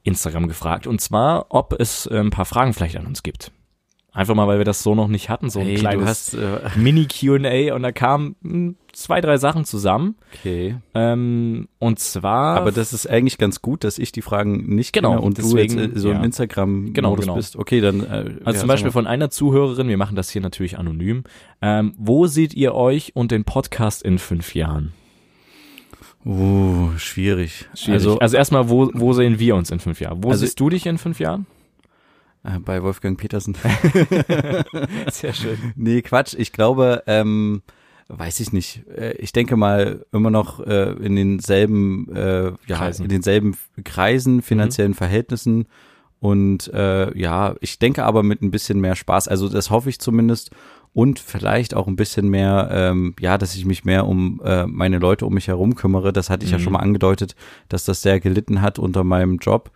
Speaker 2: Instagram gefragt. Und zwar, ob es äh, ein paar Fragen vielleicht an uns gibt. Einfach mal, weil wir das so noch nicht hatten, so ein
Speaker 1: Hey, du
Speaker 2: kleines
Speaker 1: hast äh,
Speaker 2: Mini-QA. Und da kamen mh, zwei, drei Sachen zusammen.
Speaker 1: okay.
Speaker 2: Ähm, und zwar
Speaker 1: Aber das ist eigentlich ganz gut, dass ich die Fragen nicht
Speaker 2: Genau,
Speaker 1: kenne und
Speaker 2: deswegen,
Speaker 1: du jetzt äh, so
Speaker 2: ja.
Speaker 1: im Instagram
Speaker 2: Genau,
Speaker 1: Modus
Speaker 2: genau.
Speaker 1: bist. Okay, dann äh,
Speaker 2: Also
Speaker 1: ja,
Speaker 2: zum Beispiel
Speaker 1: sag mal.
Speaker 2: von einer Zuhörerin, wir machen das hier natürlich anonym. Ähm, wo seht ihr euch und den Podcast in fünf Jahren?
Speaker 1: uh, schwierig.
Speaker 2: Also,
Speaker 1: Also
Speaker 2: also erstmal, wo, wo sehen wir uns in fünf Jahren? Wo
Speaker 1: Also-
Speaker 2: siehst du dich in fünf Jahren?
Speaker 1: äh, bei Wolfgang Petersen.
Speaker 2: Sehr schön.
Speaker 1: nee, Quatsch, ich glaube ähm weiß ich nicht. Äh, Ich denke mal immer noch äh, in denselben äh, ja,
Speaker 2: Kreisen. Mhm.
Speaker 1: in denselben Kreisen, finanziellen Verhältnissen und äh, ja, ich denke aber mit ein bisschen mehr Spaß, also das hoffe ich zumindest und vielleicht auch ein bisschen mehr, ähm, ja, dass ich mich mehr um äh, meine Leute um mich herum kümmere. Das hatte ich
Speaker 2: Mhm.
Speaker 1: ja schon mal angedeutet, dass das sehr gelitten hat unter meinem Job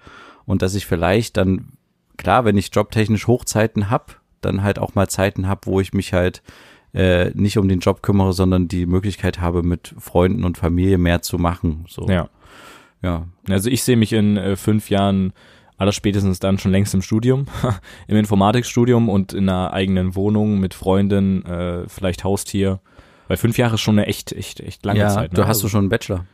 Speaker 1: und dass ich vielleicht dann, klar, wenn ich jobtechnisch Hochzeiten hab, dann halt auch mal Zeiten hab, wo ich mich halt äh, nicht um den Job kümmere, sondern die Möglichkeit habe, mit Freunden und Familie mehr zu machen. So,
Speaker 2: Ja.
Speaker 1: ja.
Speaker 2: Also ich sehe mich in äh, fünf Jahren Alles spätestens dann schon längst im Studium, im Informatikstudium und in einer eigenen Wohnung mit Freundin, äh, vielleicht Haustier. Weil fünf Jahre ist schon eine echt, echt, echt lange
Speaker 1: ja,
Speaker 2: Zeit. Ne?
Speaker 1: du hast
Speaker 2: Also
Speaker 1: du schon einen Bachelor.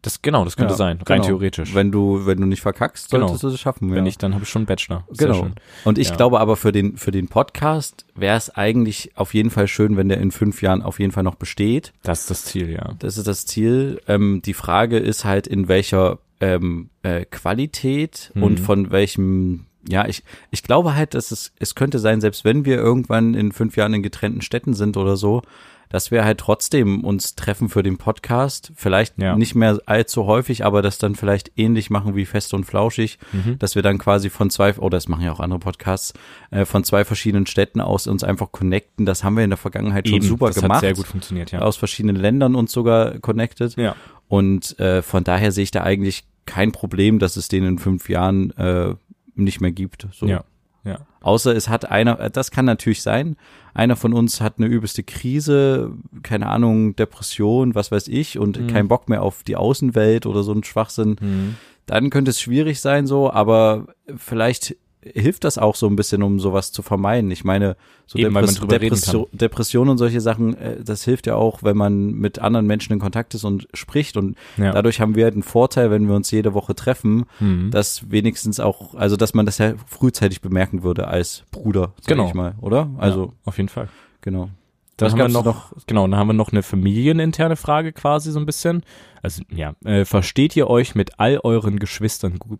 Speaker 2: das, genau, das könnte
Speaker 1: Ja,
Speaker 2: sein, rein
Speaker 1: genau.
Speaker 2: theoretisch. Wenn,
Speaker 1: Wenn du, wenn du nicht verkackst,
Speaker 2: Genau.
Speaker 1: solltest du es schaffen. ja.
Speaker 2: nicht, dann habe ich schon einen Bachelor. Sehr
Speaker 1: Genau.
Speaker 2: schön.
Speaker 1: Und ich
Speaker 2: Ja.
Speaker 1: glaube aber für den, für den Podcast wäre es eigentlich auf jeden Fall schön, wenn der in fünf Jahren auf jeden Fall noch besteht.
Speaker 2: Das ist das Ziel, ja.
Speaker 1: Das ist das Ziel. Ähm, die Frage ist halt, in welcher ähm, äh, Qualität
Speaker 2: Mhm.
Speaker 1: und von welchem, ja, ich, ich glaube halt, dass es, es könnte sein, selbst wenn wir irgendwann in fünf Jahren in getrennten Städten sind oder so, dass wir halt trotzdem uns treffen für den Podcast. Vielleicht
Speaker 2: Ja.
Speaker 1: nicht mehr allzu häufig, aber das dann vielleicht ähnlich machen wie fest und flauschig,
Speaker 2: Mhm.
Speaker 1: dass wir dann quasi von zwei, oh, das machen ja auch andere Podcasts, äh, von zwei verschiedenen Städten aus uns einfach connecten. Das haben wir in der Vergangenheit schon super
Speaker 2: das
Speaker 1: gemacht
Speaker 2: hat sehr gut funktioniert, ja.
Speaker 1: aus verschiedenen Ländern uns sogar connected.
Speaker 2: Ja.
Speaker 1: Und äh, von daher sehe ich da eigentlich kein Problem, dass es den in fünf Jahren äh, nicht mehr gibt. So.
Speaker 2: Ja. Ja.
Speaker 1: Außer es hat einer, äh, das kann natürlich sein, einer von uns hat eine übelste Krise, keine Ahnung, Depression, was weiß ich, und
Speaker 2: Mhm.
Speaker 1: keinen Bock mehr auf die Außenwelt oder so ein Schwachsinn. Dann könnte es schwierig sein so, aber vielleicht hilft das auch so ein bisschen, um sowas zu vermeiden. Ich meine, so
Speaker 2: Eben, weil man drüber reden
Speaker 1: Depression, Depression und solche Sachen, äh, das hilft ja auch, wenn man mit anderen Menschen in Kontakt ist und spricht. Und
Speaker 2: Ja. Mhm.
Speaker 1: dadurch haben wir halt einen Vorteil, wenn wir uns jede Woche treffen, dass wenigstens auch, also dass man das ja frühzeitig bemerken würde als Bruder, sag
Speaker 2: Genau.
Speaker 1: ich mal, oder? Also,
Speaker 2: ja, auf jeden Fall.
Speaker 1: genau.
Speaker 2: Dann
Speaker 1: Was
Speaker 2: haben wir
Speaker 1: gab's
Speaker 2: noch, genau, dann haben wir noch eine familieninterne Frage quasi so ein bisschen. Also ja, äh, versteht ihr euch mit all euren Geschwistern gu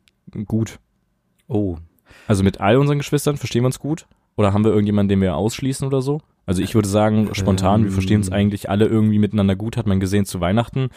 Speaker 2: gut?
Speaker 1: Oh.
Speaker 2: Also mit all unseren Geschwistern verstehen wir uns gut? Oder haben wir irgendjemanden, den wir ausschließen oder so? Also ich würde sagen, spontan, wir verstehen
Speaker 1: Ähm.
Speaker 2: uns eigentlich alle irgendwie miteinander gut, hat man gesehen zu Weihnachten.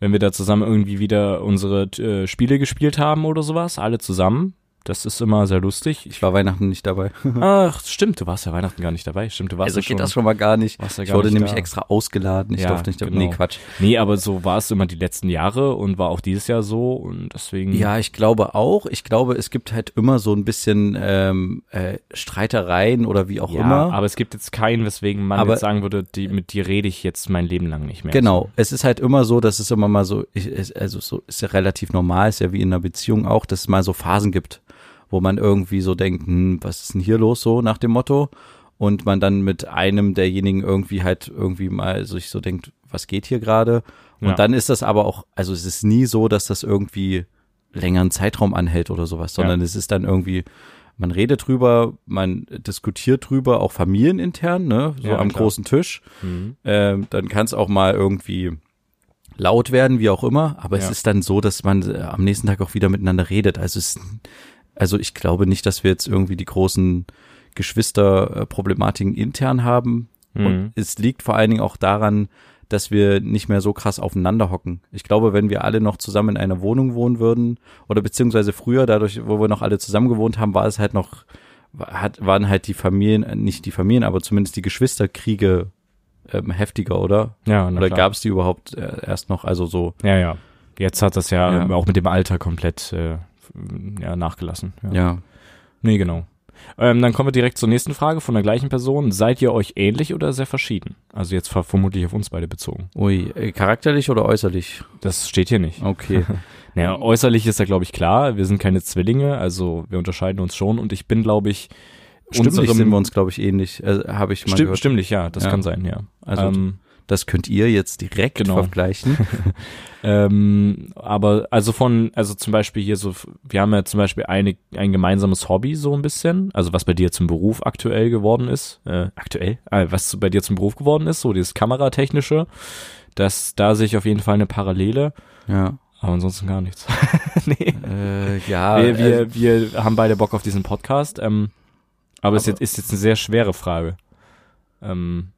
Speaker 2: Wenn wir da zusammen irgendwie wieder unsere äh, Spiele gespielt haben oder sowas, alle zusammen. Das ist immer sehr lustig. Ich,
Speaker 1: Ich war Weihnachten nicht dabei.
Speaker 2: ach, stimmt, du warst ja Weihnachten gar nicht dabei. Stimmt, du warst
Speaker 1: Mhm. Also
Speaker 2: ja schon.
Speaker 1: geht das schon mal gar nicht.
Speaker 2: Warst ja
Speaker 1: ich
Speaker 2: gar
Speaker 1: wurde
Speaker 2: nicht
Speaker 1: nämlich
Speaker 2: da.
Speaker 1: extra ausgeladen. Ich
Speaker 2: Ja,
Speaker 1: durfte nicht.
Speaker 2: genau.
Speaker 1: Nee, Quatsch.
Speaker 2: Nee, aber so war es immer die letzten Jahre und war auch dieses Jahr so und deswegen.
Speaker 1: Ja, ich glaube auch. Ich glaube, es gibt halt immer so ein bisschen ähm, äh, Streitereien oder wie auch
Speaker 2: Ja,
Speaker 1: immer.
Speaker 2: aber es gibt jetzt keinen, weswegen man
Speaker 1: Aber-
Speaker 2: jetzt sagen würde, die, mit dir rede ich jetzt mein Leben lang nicht mehr.
Speaker 1: Genau, es ist halt immer so, dass es immer mal so, ich, es- also so ist ja relativ normal, ist ja wie in einer Beziehung auch, dass es mal so Phasen gibt, wo man irgendwie so denkt, hm, was ist denn hier los so nach dem Motto und man dann mit einem derjenigen irgendwie halt irgendwie mal sich so denkt, was geht hier gerade und
Speaker 2: Ja.
Speaker 1: dann ist das aber auch, also es ist nie so, dass das irgendwie längeren Zeitraum anhält oder sowas, sondern es ist dann irgendwie man redet drüber, man diskutiert drüber, auch familienintern, ne, so
Speaker 2: Ja,
Speaker 1: am
Speaker 2: klar.
Speaker 1: großen Tisch. Ähm, dann kann es auch mal irgendwie laut werden, wie auch immer. Aber es
Speaker 2: Ja.
Speaker 1: ist dann so, dass man äh, am nächsten Tag auch wieder miteinander redet. Also, es, also ich glaube nicht, dass wir jetzt irgendwie die großen Geschwisterproblematiken intern haben. Und
Speaker 2: Mhm.
Speaker 1: es liegt vor allen Dingen auch daran, dass wir nicht mehr so krass aufeinander hocken. Ich glaube, wenn wir alle noch zusammen in einer Wohnung wohnen würden, oder beziehungsweise früher, dadurch, wo wir noch alle zusammen gewohnt haben, war es halt noch, hat, waren halt die Familien, äh, nicht die Familien, aber zumindest die Geschwisterkriege ähm, heftiger, oder?
Speaker 2: Ja, na
Speaker 1: Oder
Speaker 2: klar.
Speaker 1: gab es die überhaupt äh, erst noch? Also so,
Speaker 2: Ja, ja. Jetzt hat das ja,
Speaker 1: Ja.
Speaker 2: ähm, auch mit dem Alter komplett äh, f- ja, nachgelassen. Ja.
Speaker 1: ja.
Speaker 2: Nee, genau. Ähm, dann kommen wir direkt zur nächsten Frage von der gleichen Person. Seid ihr euch ähnlich oder sehr verschieden? Also jetzt ver- vermutlich auf uns beide bezogen.
Speaker 1: Ui, äh, charakterlich oder äußerlich?
Speaker 2: Das steht hier nicht.
Speaker 1: Okay. Mhm.
Speaker 2: Naja, äußerlich ist ja, glaube ich, klar. Wir sind keine Zwillinge, also wir unterscheiden uns schon. Und ich bin, glaube ich,
Speaker 1: Stimmlich
Speaker 2: unserem-
Speaker 1: sind wir uns, glaube ich, ähnlich. Äh, Habe ich mal
Speaker 2: Stim
Speaker 1: gehört.
Speaker 2: stimmlich, ja, das
Speaker 1: Ja.
Speaker 2: kann sein, ja.
Speaker 1: Also-
Speaker 2: ähm,
Speaker 1: Das könnt ihr jetzt direkt
Speaker 2: Genau.
Speaker 1: vergleichen.
Speaker 2: ähm, aber also von, also zum Beispiel hier so, wir haben ja zum Beispiel eine, ein gemeinsames Hobby so ein bisschen, also was bei dir zum Beruf aktuell geworden ist, äh, aktuell, äh, was zu- bei dir zum Beruf geworden ist, so dieses Kameratechnische, das, da sehe ich auf jeden Fall eine Parallele,
Speaker 1: ja.
Speaker 2: aber ansonsten gar nichts. nee.
Speaker 1: Äh, ja.
Speaker 2: wir, wir,
Speaker 1: äh,
Speaker 2: wir haben beide Bock auf diesen Podcast, ähm, aber, es ist jetzt, ist jetzt eine sehr schwere Frage. Ähm,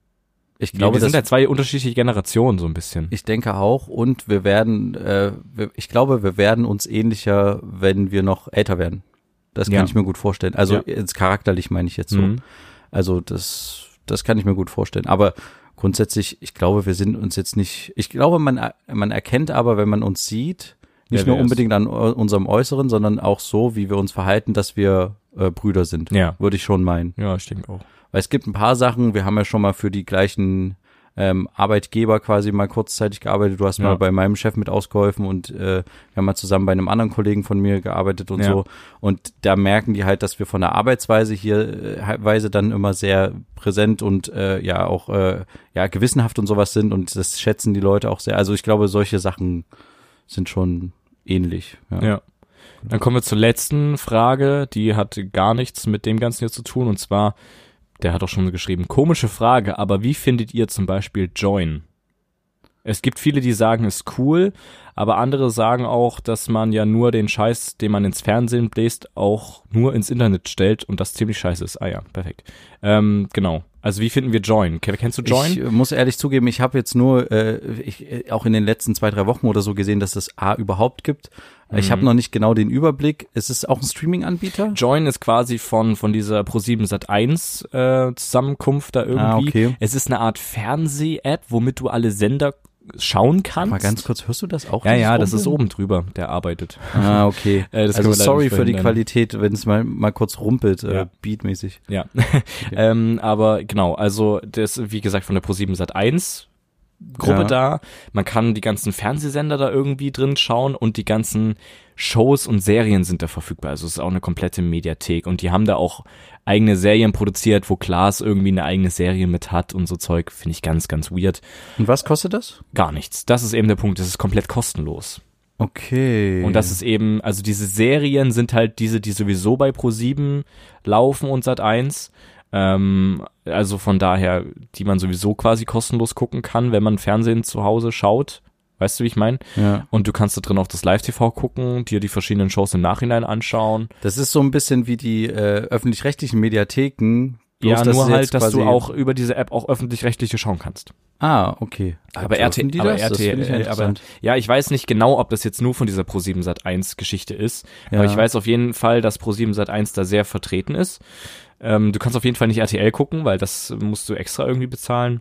Speaker 1: ich
Speaker 2: ich glaube,
Speaker 1: glaube,
Speaker 2: wir sind
Speaker 1: das,
Speaker 2: ja zwei unterschiedliche Generationen so ein bisschen.
Speaker 1: ich denke auch. Und wir werden, äh, wir, ich glaube, wir werden uns ähnlicher, wenn wir noch älter werden. Das kann
Speaker 2: Ja.
Speaker 1: ich mir gut vorstellen. Also
Speaker 2: Ja.
Speaker 1: jetzt charakterlich meine ich jetzt so.
Speaker 2: Mhm.
Speaker 1: Also das, das kann ich mir gut vorstellen. Aber grundsätzlich, ich glaube, wir sind uns jetzt nicht. Ich glaube, man, er- man erkennt aber, wenn man uns sieht,
Speaker 2: Wer
Speaker 1: nicht
Speaker 2: wir
Speaker 1: nur unbedingt an eu- unserem Äußeren, sondern auch so, wie wir uns verhalten, dass wir äh, Brüder sind.
Speaker 2: Ja.
Speaker 1: Würde ich schon meinen.
Speaker 2: Ja, ich denke auch.
Speaker 1: Weil es gibt ein paar Sachen, wir haben ja schon mal für die gleichen äh, ähm, Arbeitgeber quasi mal kurzzeitig gearbeitet. Du hast
Speaker 2: Ja.
Speaker 1: mal bei meinem Chef mit ausgeholfen und äh, wir haben mal zusammen bei einem anderen Kollegen von mir gearbeitet und
Speaker 2: Ja.
Speaker 1: so. Und da merken die halt, dass wir von der Arbeitsweise hier äh, Weise dann immer sehr präsent und äh, ja auch äh, ja gewissenhaft und sowas sind und das schätzen die Leute auch sehr. Also ich glaube, solche Sachen sind schon ähnlich. Ja.
Speaker 2: Ja. Dann kommen wir zur letzten Frage, die hat gar nichts mit dem Ganzen hier zu tun und zwar, der hat auch schon geschrieben, komische Frage, aber wie findet ihr zum Beispiel Join? Es gibt viele, die sagen, es ist cool, aber andere sagen auch, dass man ja nur den Scheiß, den man ins Fernsehen bläst, auch nur ins Internet stellt und das ziemlich scheiße ist. Ah ja, perfekt. Ähm, genau. Also wie finden wir Join? Ke- Kennst du Join?
Speaker 1: Ich äh, muss ehrlich zugeben, ich habe jetzt nur äh, ich, äh, auch in den letzten zwei, drei Wochen oder so gesehen, dass es A überhaupt gibt. Ich
Speaker 2: Mhm.
Speaker 1: habe noch nicht genau den Überblick. Ist es auch ein Streaming-Anbieter?
Speaker 2: Join ist quasi von, von dieser Pro7 Sat1 äh, Zusammenkunft da irgendwie.
Speaker 1: Ah, okay.
Speaker 2: Es ist eine Art Fernseh-App, womit du alle Sender schauen kannst.
Speaker 1: Mal ganz kurz, hörst du das auch?
Speaker 2: ja,
Speaker 1: dieses
Speaker 2: ja, das ist
Speaker 1: Rumpeln?
Speaker 2: oben drüber, der arbeitet.
Speaker 1: Ah, okay.
Speaker 2: Äh,
Speaker 1: also
Speaker 2: das können wir leider
Speaker 1: sorry
Speaker 2: nicht
Speaker 1: für die
Speaker 2: verhindern.
Speaker 1: Qualität, wenn es mal, mal kurz rumpelt, äh,
Speaker 2: Ja.
Speaker 1: beatmäßig.
Speaker 2: Ja. ähm, aber genau, also das, wie gesagt, von der Pro7 Sat1 Gruppe
Speaker 1: Ja.
Speaker 2: da. Man kann die ganzen Fernsehsender da irgendwie drin schauen und die ganzen Shows und Serien sind da verfügbar. Also es ist auch eine komplette Mediathek und die haben da auch eigene Serien produziert, wo Klaas irgendwie eine eigene Serie mit hat und so Zeug. Finde ich ganz, ganz weird.
Speaker 1: Und was kostet das?
Speaker 2: Gar nichts. Das ist eben der Punkt. Das ist komplett kostenlos.
Speaker 1: Okay.
Speaker 2: Und das ist eben, also diese Serien sind halt diese, die sowieso bei Pro7 laufen und Sat1. Ähm, also von daher, die man sowieso quasi kostenlos gucken kann, wenn man Fernsehen zu Hause schaut. Weißt du, wie ich meine?
Speaker 1: ja.
Speaker 2: Und du kannst da drin auch das Live-TV gucken, dir die verschiedenen Shows im Nachhinein anschauen.
Speaker 1: Das ist so ein bisschen wie die äh, öffentlich-rechtlichen Mediatheken. bloß,
Speaker 2: ja,
Speaker 1: dass
Speaker 2: nur
Speaker 1: es jetzt
Speaker 2: halt, dass du
Speaker 1: quasi-
Speaker 2: auch über diese App auch öffentlich-rechtliche schauen kannst.
Speaker 1: Ah, okay.
Speaker 2: Aber
Speaker 1: Dürfen
Speaker 2: RT
Speaker 1: die
Speaker 2: aber
Speaker 1: das? Das
Speaker 2: RTL äh,
Speaker 1: finde ich ja
Speaker 2: aber,
Speaker 1: interessant.
Speaker 2: ja, ich weiß nicht genau, ob das jetzt nur von dieser Pro7 Sat1 Geschichte ist,
Speaker 1: Ja.
Speaker 2: aber ich weiß auf jeden Fall, dass Pro7 Sat1 da sehr vertreten ist. Ähm, du kannst auf jeden Fall nicht RTL gucken, weil das musst du extra irgendwie bezahlen.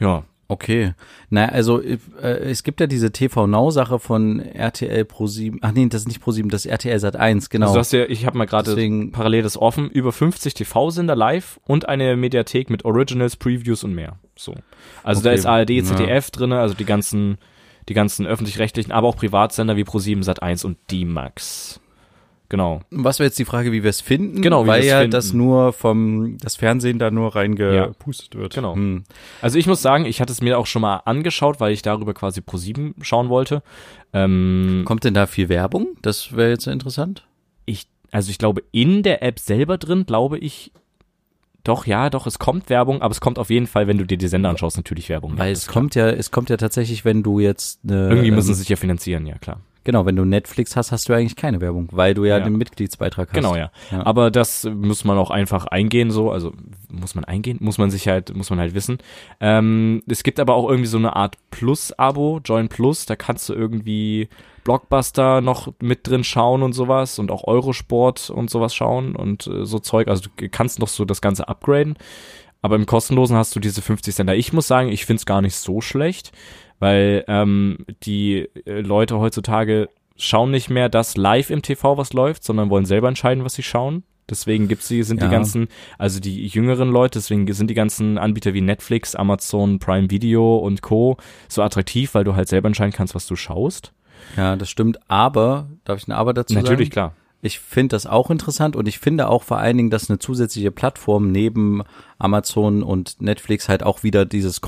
Speaker 2: Ja, also
Speaker 1: Okay. Naja, also äh, es gibt ja diese TV Now Sache von RTL Pro 7. Ach nee, das ist nicht Pro 7, das ist RTL Sat 1, genau.
Speaker 2: also du hast ja, ich habe mal gerade
Speaker 1: Deswegen
Speaker 2: parallel das offen, über 50 TV-Sender live und eine Mediathek mit Originals, Previews und mehr. So. Also da
Speaker 1: Okay.
Speaker 2: ist ARD,
Speaker 1: Ja.
Speaker 2: ZDF drinne, also die ganzen, die ganzen öffentlich-rechtlichen, aber auch Privatsender wie Pro7 Sat1 und D-Max. Genau.
Speaker 1: was wäre jetzt die Frage, wie wir es finden?
Speaker 2: Genau, wie
Speaker 1: weil
Speaker 2: wir's
Speaker 1: ja
Speaker 2: finden.
Speaker 1: das nur vom das Fernsehen da nur reingepustet wird.
Speaker 2: Genau.
Speaker 1: Hm.
Speaker 2: Also ich muss sagen, ich hatte es mir auch schon mal angeschaut, weil ich darüber quasi pro 7 schauen wollte. Ähm,
Speaker 1: Kommt denn da viel Werbung? Das wäre jetzt interessant.
Speaker 2: ich, also ich glaube, in der App selber drin, glaube ich, doch, ja, doch, es kommt Werbung, aber es kommt auf jeden Fall, wenn du dir die Sender anschaust, natürlich Werbung.
Speaker 1: Weil
Speaker 2: ja,
Speaker 1: es kommt ja, es kommt ja tatsächlich, wenn du jetzt eine,
Speaker 2: Irgendwie müssen
Speaker 1: ähm,
Speaker 2: sie sich ja finanzieren, ja klar.
Speaker 1: genau, wenn du Netflix hast, hast du eigentlich keine Werbung, weil du ja,
Speaker 2: Ja.
Speaker 1: den Mitgliedsbeitrag hast.
Speaker 2: Genau, ja.
Speaker 1: Ja.
Speaker 2: Aber das muss man auch einfach eingehen, so, also muss man eingehen, muss man sich halt, muss man halt wissen. Ähm, es gibt aber auch irgendwie so eine Art Plus-Abo, Join Plus, da kannst du irgendwie Blockbuster noch mit drin schauen und sowas und auch Eurosport und sowas schauen und äh, so Zeug. Also du kannst noch so das Ganze upgraden. Aber im kostenlosen hast du diese 50 Sender. Ich muss sagen, ich find's gar nicht so schlecht, weil ähm, die äh, Leute heutzutage schauen nicht mehr das live im TV, was läuft, sondern wollen selber entscheiden, was sie schauen. Deswegen gibt's die, sind
Speaker 1: Ja.
Speaker 2: die ganzen, also die jüngeren Leute, deswegen sind die ganzen Anbieter wie Netflix, Amazon, Prime Video und Co. so attraktiv, weil du halt selber entscheiden kannst, was du schaust.
Speaker 1: Ja, das stimmt. Aber, darf ich ein Aber dazu sagen?
Speaker 2: Natürlich, klar.
Speaker 1: Ich finde das auch interessant und ich finde auch vor allen Dingen, dass eine zusätzliche Plattform neben Amazon und Netflix halt auch wieder dieses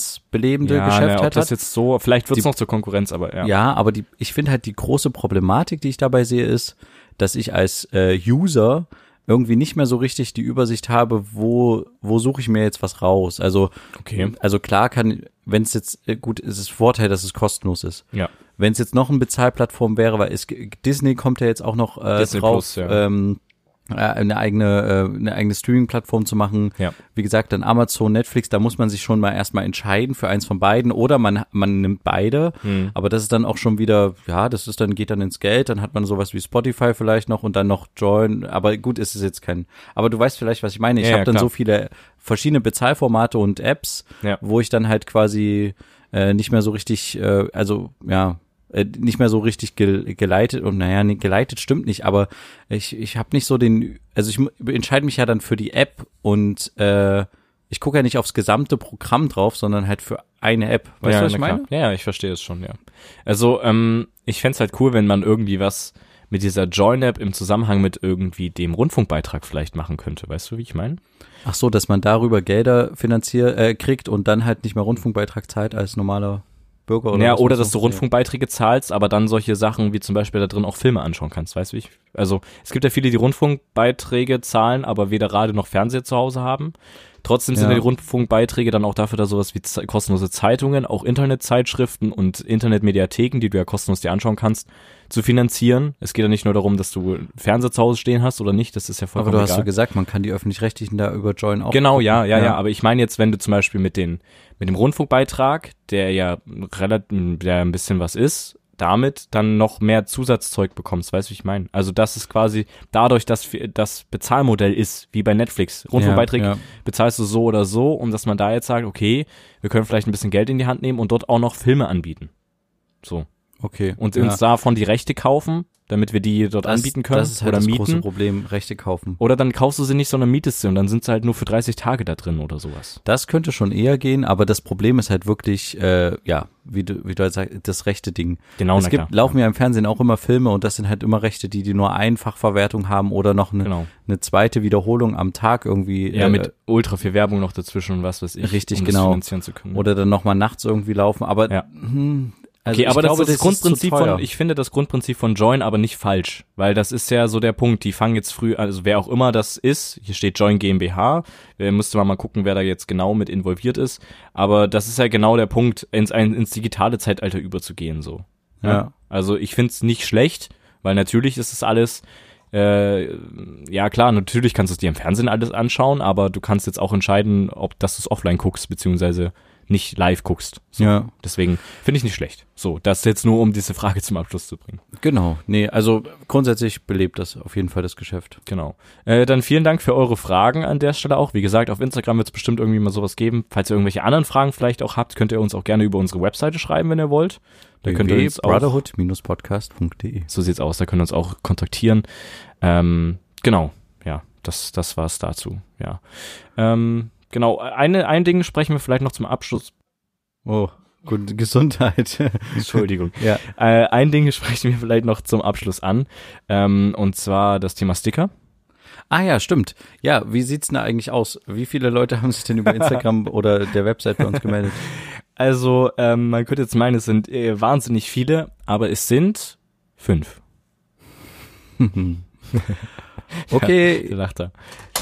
Speaker 1: konkurrenzbelebende Geschäft
Speaker 2: na, ne, ob
Speaker 1: halt
Speaker 2: das
Speaker 1: hat.
Speaker 2: jetzt so, vielleicht wird's
Speaker 1: Die-
Speaker 2: noch zur Konkurrenz, aber ja.
Speaker 1: Ja, aber die, ich finde halt die große Problematik, die ich dabei sehe, ist, dass ich als äh, User irgendwie nicht mehr so richtig die Übersicht habe, wo, wo suche ich mir jetzt was raus. Also,
Speaker 2: Okay.
Speaker 1: also klar kann, wenn es jetzt, äh, gut, es ist Vorteil, dass es kostenlos ist.
Speaker 2: ja.
Speaker 1: Wenn es jetzt noch eine Bezahlplattform wäre, weil es, Disney kommt ja jetzt auch noch äh,
Speaker 2: Disney
Speaker 1: drauf,
Speaker 2: Plus, ja.
Speaker 1: ähm, äh, eine eigene, äh, eine eigene Streaming-Plattform zu machen.
Speaker 2: Ja.
Speaker 1: Wie gesagt, dann Amazon, Netflix, da muss man sich schon mal erstmal entscheiden für eins von beiden oder man, man nimmt beide.
Speaker 2: Hm.
Speaker 1: Aber das ist dann auch schon wieder, ja, das ist dann, geht dann ins Geld, dann hat man sowas wie Spotify vielleicht noch und dann noch Join. Aber gut, ist es jetzt kein, aber du weißt vielleicht, was ich meine. Ich
Speaker 2: Ja,
Speaker 1: hab
Speaker 2: ja,
Speaker 1: habe dann
Speaker 2: klar.
Speaker 1: so viele verschiedene Bezahlformate und Apps,
Speaker 2: Ja.
Speaker 1: wo ich dann halt quasi äh, nicht mehr so richtig, äh, also ja, äh, nicht mehr so richtig gel geleitet und naja, nee, geleitet stimmt nicht, aber ich, ich habe nicht so den, also ich mu- entscheide mich ja dann für die App und äh, ich gucke ja nicht aufs gesamte Programm drauf, sondern halt für eine App. Weißt
Speaker 2: ja,
Speaker 1: du, was ich
Speaker 2: na klar.
Speaker 1: meine?
Speaker 2: Ja, ja, ich verstehe es schon, ja. Also, ähm, ich fänd's halt cool, wenn man irgendwie was mit dieser Join-App im Zusammenhang mit irgendwie dem Rundfunkbeitrag vielleicht machen könnte. Weißt du, wie ich meine?
Speaker 1: Ach so, dass man darüber Gelder finanziert, äh, kriegt und dann halt nicht mehr Rundfunkbeitrag zahlt als normaler Bürger oder
Speaker 2: Oder ja,
Speaker 1: was
Speaker 2: oder
Speaker 1: man
Speaker 2: dass du
Speaker 1: so-
Speaker 2: Rundfunkbeiträge zahlst, aber dann solche Sachen wie zum Beispiel da drin auch Filme anschauen kannst, weißt du, wie ich? Also, es gibt ja viele, die Rundfunkbeiträge zahlen, aber weder Radio noch Fernseher zu Hause haben. Trotzdem sind
Speaker 1: Ja.
Speaker 2: ja die Rundfunkbeiträge dann auch dafür da sowas wie ze- kostenlose Zeitungen, auch Internetzeitschriften und Internetmediatheken, die du ja kostenlos dir anschauen kannst, zu finanzieren. Es geht ja nicht nur darum, dass du Fernseher zu Hause stehen hast oder nicht, das ist ja vollkommen
Speaker 1: Aber du hast
Speaker 2: egal.
Speaker 1: so gesagt, man kann die öffentlich-rechtlichen da über Join auch.
Speaker 2: Genau, ja, ja,
Speaker 1: Ja.
Speaker 2: ja, Aber ich meine jetzt, wenn du zum Beispiel mit, den, mit dem Rundfunkbeitrag, der ja relativ, der ein bisschen was ist, damit dann noch mehr Zusatzzeug bekommst, weißt du, wie ich meine? Also das ist quasi dadurch, dass wir- das Bezahlmodell ist, wie bei Netflix. Rundfunkbeitrag
Speaker 1: Ja, ja.
Speaker 2: bezahlst du so oder so, um dass man da jetzt sagt, okay, wir können vielleicht ein bisschen Geld in die Hand nehmen und dort auch noch Filme anbieten. So.
Speaker 1: Okay.
Speaker 2: Und
Speaker 1: ja.
Speaker 2: uns davon die Rechte kaufen, damit wir die dort anbieten können
Speaker 1: Das ist halt
Speaker 2: oder
Speaker 1: das große
Speaker 2: mieten.
Speaker 1: Problem, Rechte kaufen.
Speaker 2: Oder dann kaufst du sie nicht, sondern mietest sie und dann sind sie halt nur für 30 Tage da drin oder sowas.
Speaker 1: Das könnte schon eher gehen, aber das Problem ist halt wirklich, äh, ja, wie du, wie du halt sagst, das rechte Ding.
Speaker 2: Genau,
Speaker 1: es
Speaker 2: na
Speaker 1: gibt,
Speaker 2: klar.
Speaker 1: laufen ja im Fernsehen auch immer Filme und das sind halt immer Rechte, die, die nur Einfachverwertung haben oder noch eine,
Speaker 2: Genau.
Speaker 1: eine zweite Wiederholung am Tag irgendwie.
Speaker 2: Ja,
Speaker 1: äh,
Speaker 2: mit ultra viel Werbung noch dazwischen und was weiß ich.
Speaker 1: Richtig,
Speaker 2: um
Speaker 1: genau.
Speaker 2: Das finanzieren zu können.
Speaker 1: oder dann nochmal nachts irgendwie laufen, aber
Speaker 2: Ja.
Speaker 1: hm, also
Speaker 2: okay,
Speaker 1: ich
Speaker 2: aber
Speaker 1: glaube,
Speaker 2: das ist das
Speaker 1: zu
Speaker 2: Grundprinzip
Speaker 1: teuer.
Speaker 2: von, ich finde das Grundprinzip von Join aber nicht falsch, weil das ist ja so der Punkt, die fangen jetzt früh, also wer auch immer das ist, hier steht Join GmbH, äh, müsste man mal gucken, wer da jetzt genau mit involviert ist, aber das ist ja genau der Punkt, ins, ein, ins digitale Zeitalter überzugehen, so.
Speaker 1: Ja.
Speaker 2: Also ich find's nicht schlecht, weil natürlich ist es alles, äh, ja klar, natürlich kannst du es dir im Fernsehen alles anschauen, aber du kannst jetzt auch entscheiden, ob dass du es offline guckst, beziehungsweise nicht live guckst. So.
Speaker 1: Ja.
Speaker 2: Deswegen finde ich nicht schlecht. So, das jetzt nur, um diese Frage zum Abschluss zu bringen.
Speaker 1: Genau, nee, also grundsätzlich belebt das auf jeden Fall das Geschäft.
Speaker 2: Genau. Äh, dann vielen Dank für eure Fragen an der Stelle auch. Wie gesagt, auf Instagram wird es bestimmt irgendwie mal sowas geben. Falls ihr irgendwelche anderen Fragen vielleicht auch habt, könnt ihr uns auch gerne über unsere Webseite schreiben, wenn ihr wollt. Da könnt ihr uns auch
Speaker 1: brotherhood-podcast.de.
Speaker 2: So sieht's aus. Da können wir uns auch kontaktieren. Ähm, genau, ja, das, das war's dazu. Ja, ähm, genau. Eine, ein Ding sprechen wir vielleicht noch zum Abschluss.
Speaker 1: Oh, gute Gesundheit.
Speaker 2: Entschuldigung.
Speaker 1: ja.
Speaker 2: äh, ein Ding sprechen wir vielleicht noch zum Abschluss an. Ähm, und zwar das Thema Sticker.
Speaker 1: Ah ja, stimmt. Ja, wie sieht's denn eigentlich aus? Wie viele Leute haben sich denn über Instagram oder der Website bei uns gemeldet?
Speaker 2: Also ähm, man könnte jetzt meinen, es sind äh, wahnsinnig viele, aber es sind fünf.
Speaker 1: Okay,
Speaker 2: Lacht er.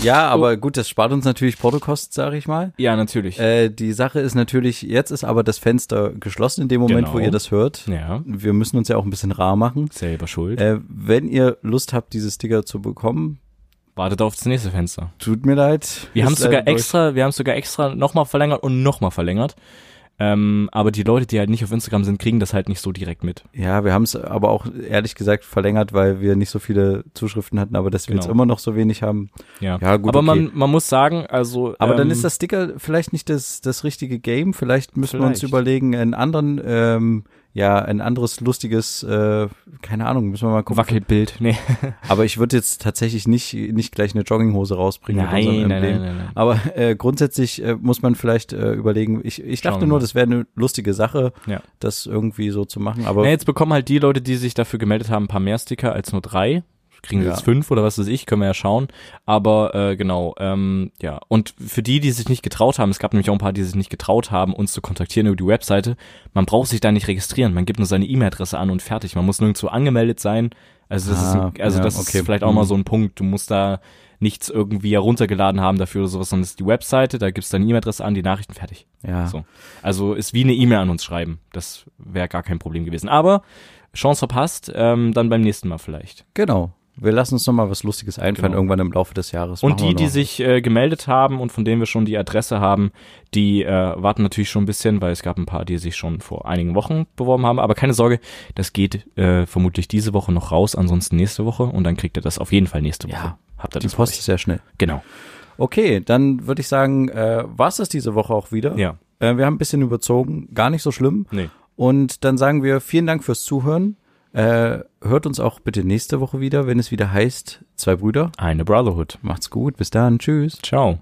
Speaker 1: ja, aber gut, das spart uns natürlich Portokosten, sage ich mal.
Speaker 2: Ja, natürlich.
Speaker 1: Äh, die Sache ist natürlich, jetzt ist aber das Fenster geschlossen in dem Moment, wo
Speaker 2: Genau.
Speaker 1: ihr das hört.
Speaker 2: ja,
Speaker 1: Wir müssen uns ja auch ein bisschen rar machen.
Speaker 2: selber schuld.
Speaker 1: Äh, wenn ihr Lust habt, diese Sticker zu bekommen,
Speaker 2: Wartet auf das nächste Fenster.
Speaker 1: tut mir leid.
Speaker 2: Wir
Speaker 1: Ist
Speaker 2: haben sogar
Speaker 1: leider durch.
Speaker 2: extra, wir haben sogar extra nochmal verlängert und nochmal verlängert. Ähm, aber die Leute, die halt nicht auf Instagram sind, kriegen das halt nicht so direkt mit.
Speaker 1: Ja, wir haben es aber auch ehrlich gesagt verlängert, weil wir nicht so viele Zuschriften hatten, aber dass wir jetzt
Speaker 2: Genau.
Speaker 1: immer noch so wenig haben.
Speaker 2: Ja,
Speaker 1: Ja, gut,
Speaker 2: Aber man,
Speaker 1: okay.
Speaker 2: man muss sagen, also.
Speaker 1: Aber dann
Speaker 2: ähm,
Speaker 1: ist das Sticker vielleicht nicht das, das richtige Game. Vielleicht müssen wir uns
Speaker 2: Vielleicht.
Speaker 1: überlegen, einen anderen, ähm, ja, ein anderes lustiges, äh, keine Ahnung, müssen wir mal gucken.
Speaker 2: Wackelbild. Nee.
Speaker 1: Aber ich würde jetzt tatsächlich nicht, nicht gleich eine Jogginghose rausbringen. mit unserem Emblem.
Speaker 2: nein.
Speaker 1: Aber äh, grundsätzlich äh, muss man vielleicht äh, überlegen, ich, ich
Speaker 2: Schauen
Speaker 1: dachte
Speaker 2: wir
Speaker 1: nur,
Speaker 2: mal.
Speaker 1: das wäre eine lustige Sache,
Speaker 2: Ja.
Speaker 1: das irgendwie so zu machen. Aber
Speaker 2: Na, jetzt bekommen halt die Leute, die sich dafür gemeldet haben, ein paar mehr Sticker als nur drei. Kriegen sie
Speaker 1: Ja.
Speaker 2: jetzt fünf oder was weiß ich, können wir ja schauen. Aber äh, genau, ähm, ja. Und für die, die sich nicht getraut haben, es gab nämlich auch ein paar, die sich nicht getraut haben, uns zu kontaktieren über die Webseite, man braucht sich da nicht registrieren. Man gibt nur seine E-Mail-Adresse an und fertig. Man muss nirgendwo angemeldet sein. Also das,
Speaker 1: Ah,
Speaker 2: ist, also
Speaker 1: ja,
Speaker 2: das
Speaker 1: okay.
Speaker 2: ist vielleicht auch
Speaker 1: Mhm.
Speaker 2: mal so ein Punkt. Du musst da nichts irgendwie heruntergeladen haben dafür oder sowas, sondern es ist die Webseite, da gibst du deine E-Mail-Adresse an, die Nachrichten fertig.
Speaker 1: ja,
Speaker 2: So. Also ist wie eine E-Mail an uns schreiben. Das wäre gar kein Problem gewesen. Aber Chance verpasst, ähm, dann beim nächsten Mal vielleicht.
Speaker 1: genau. Wir lassen uns noch mal was Lustiges einfallen
Speaker 2: Genau.
Speaker 1: irgendwann im Laufe des Jahres.
Speaker 2: Und
Speaker 1: Machen wir
Speaker 2: die, die
Speaker 1: noch.
Speaker 2: sich äh, gemeldet haben und von denen wir schon die Adresse haben, die äh, warten natürlich schon ein bisschen, weil es gab ein paar, die sich schon vor einigen Wochen beworben haben. Aber keine Sorge, das geht äh, vermutlich diese Woche noch raus, ansonsten nächste Woche und dann kriegt ihr das auf jeden Fall nächste Woche.
Speaker 1: Ja.
Speaker 2: Habt ihr
Speaker 1: die
Speaker 2: das
Speaker 1: Post
Speaker 2: bei euch.
Speaker 1: ist sehr schnell.
Speaker 2: Genau.
Speaker 1: Okay, dann würde ich sagen, äh, war's das diese Woche auch wieder.
Speaker 2: Ja.
Speaker 1: Äh, wir haben ein bisschen überzogen, gar nicht so schlimm.
Speaker 2: Nee.
Speaker 1: Und dann sagen wir vielen Dank fürs Zuhören. Äh, hört uns auch bitte nächste Woche wieder, wenn es wieder heißt Zwei Brüder.
Speaker 2: Eine Brotherhood.
Speaker 1: Macht's gut, bis dann, tschüss.
Speaker 2: Ciao.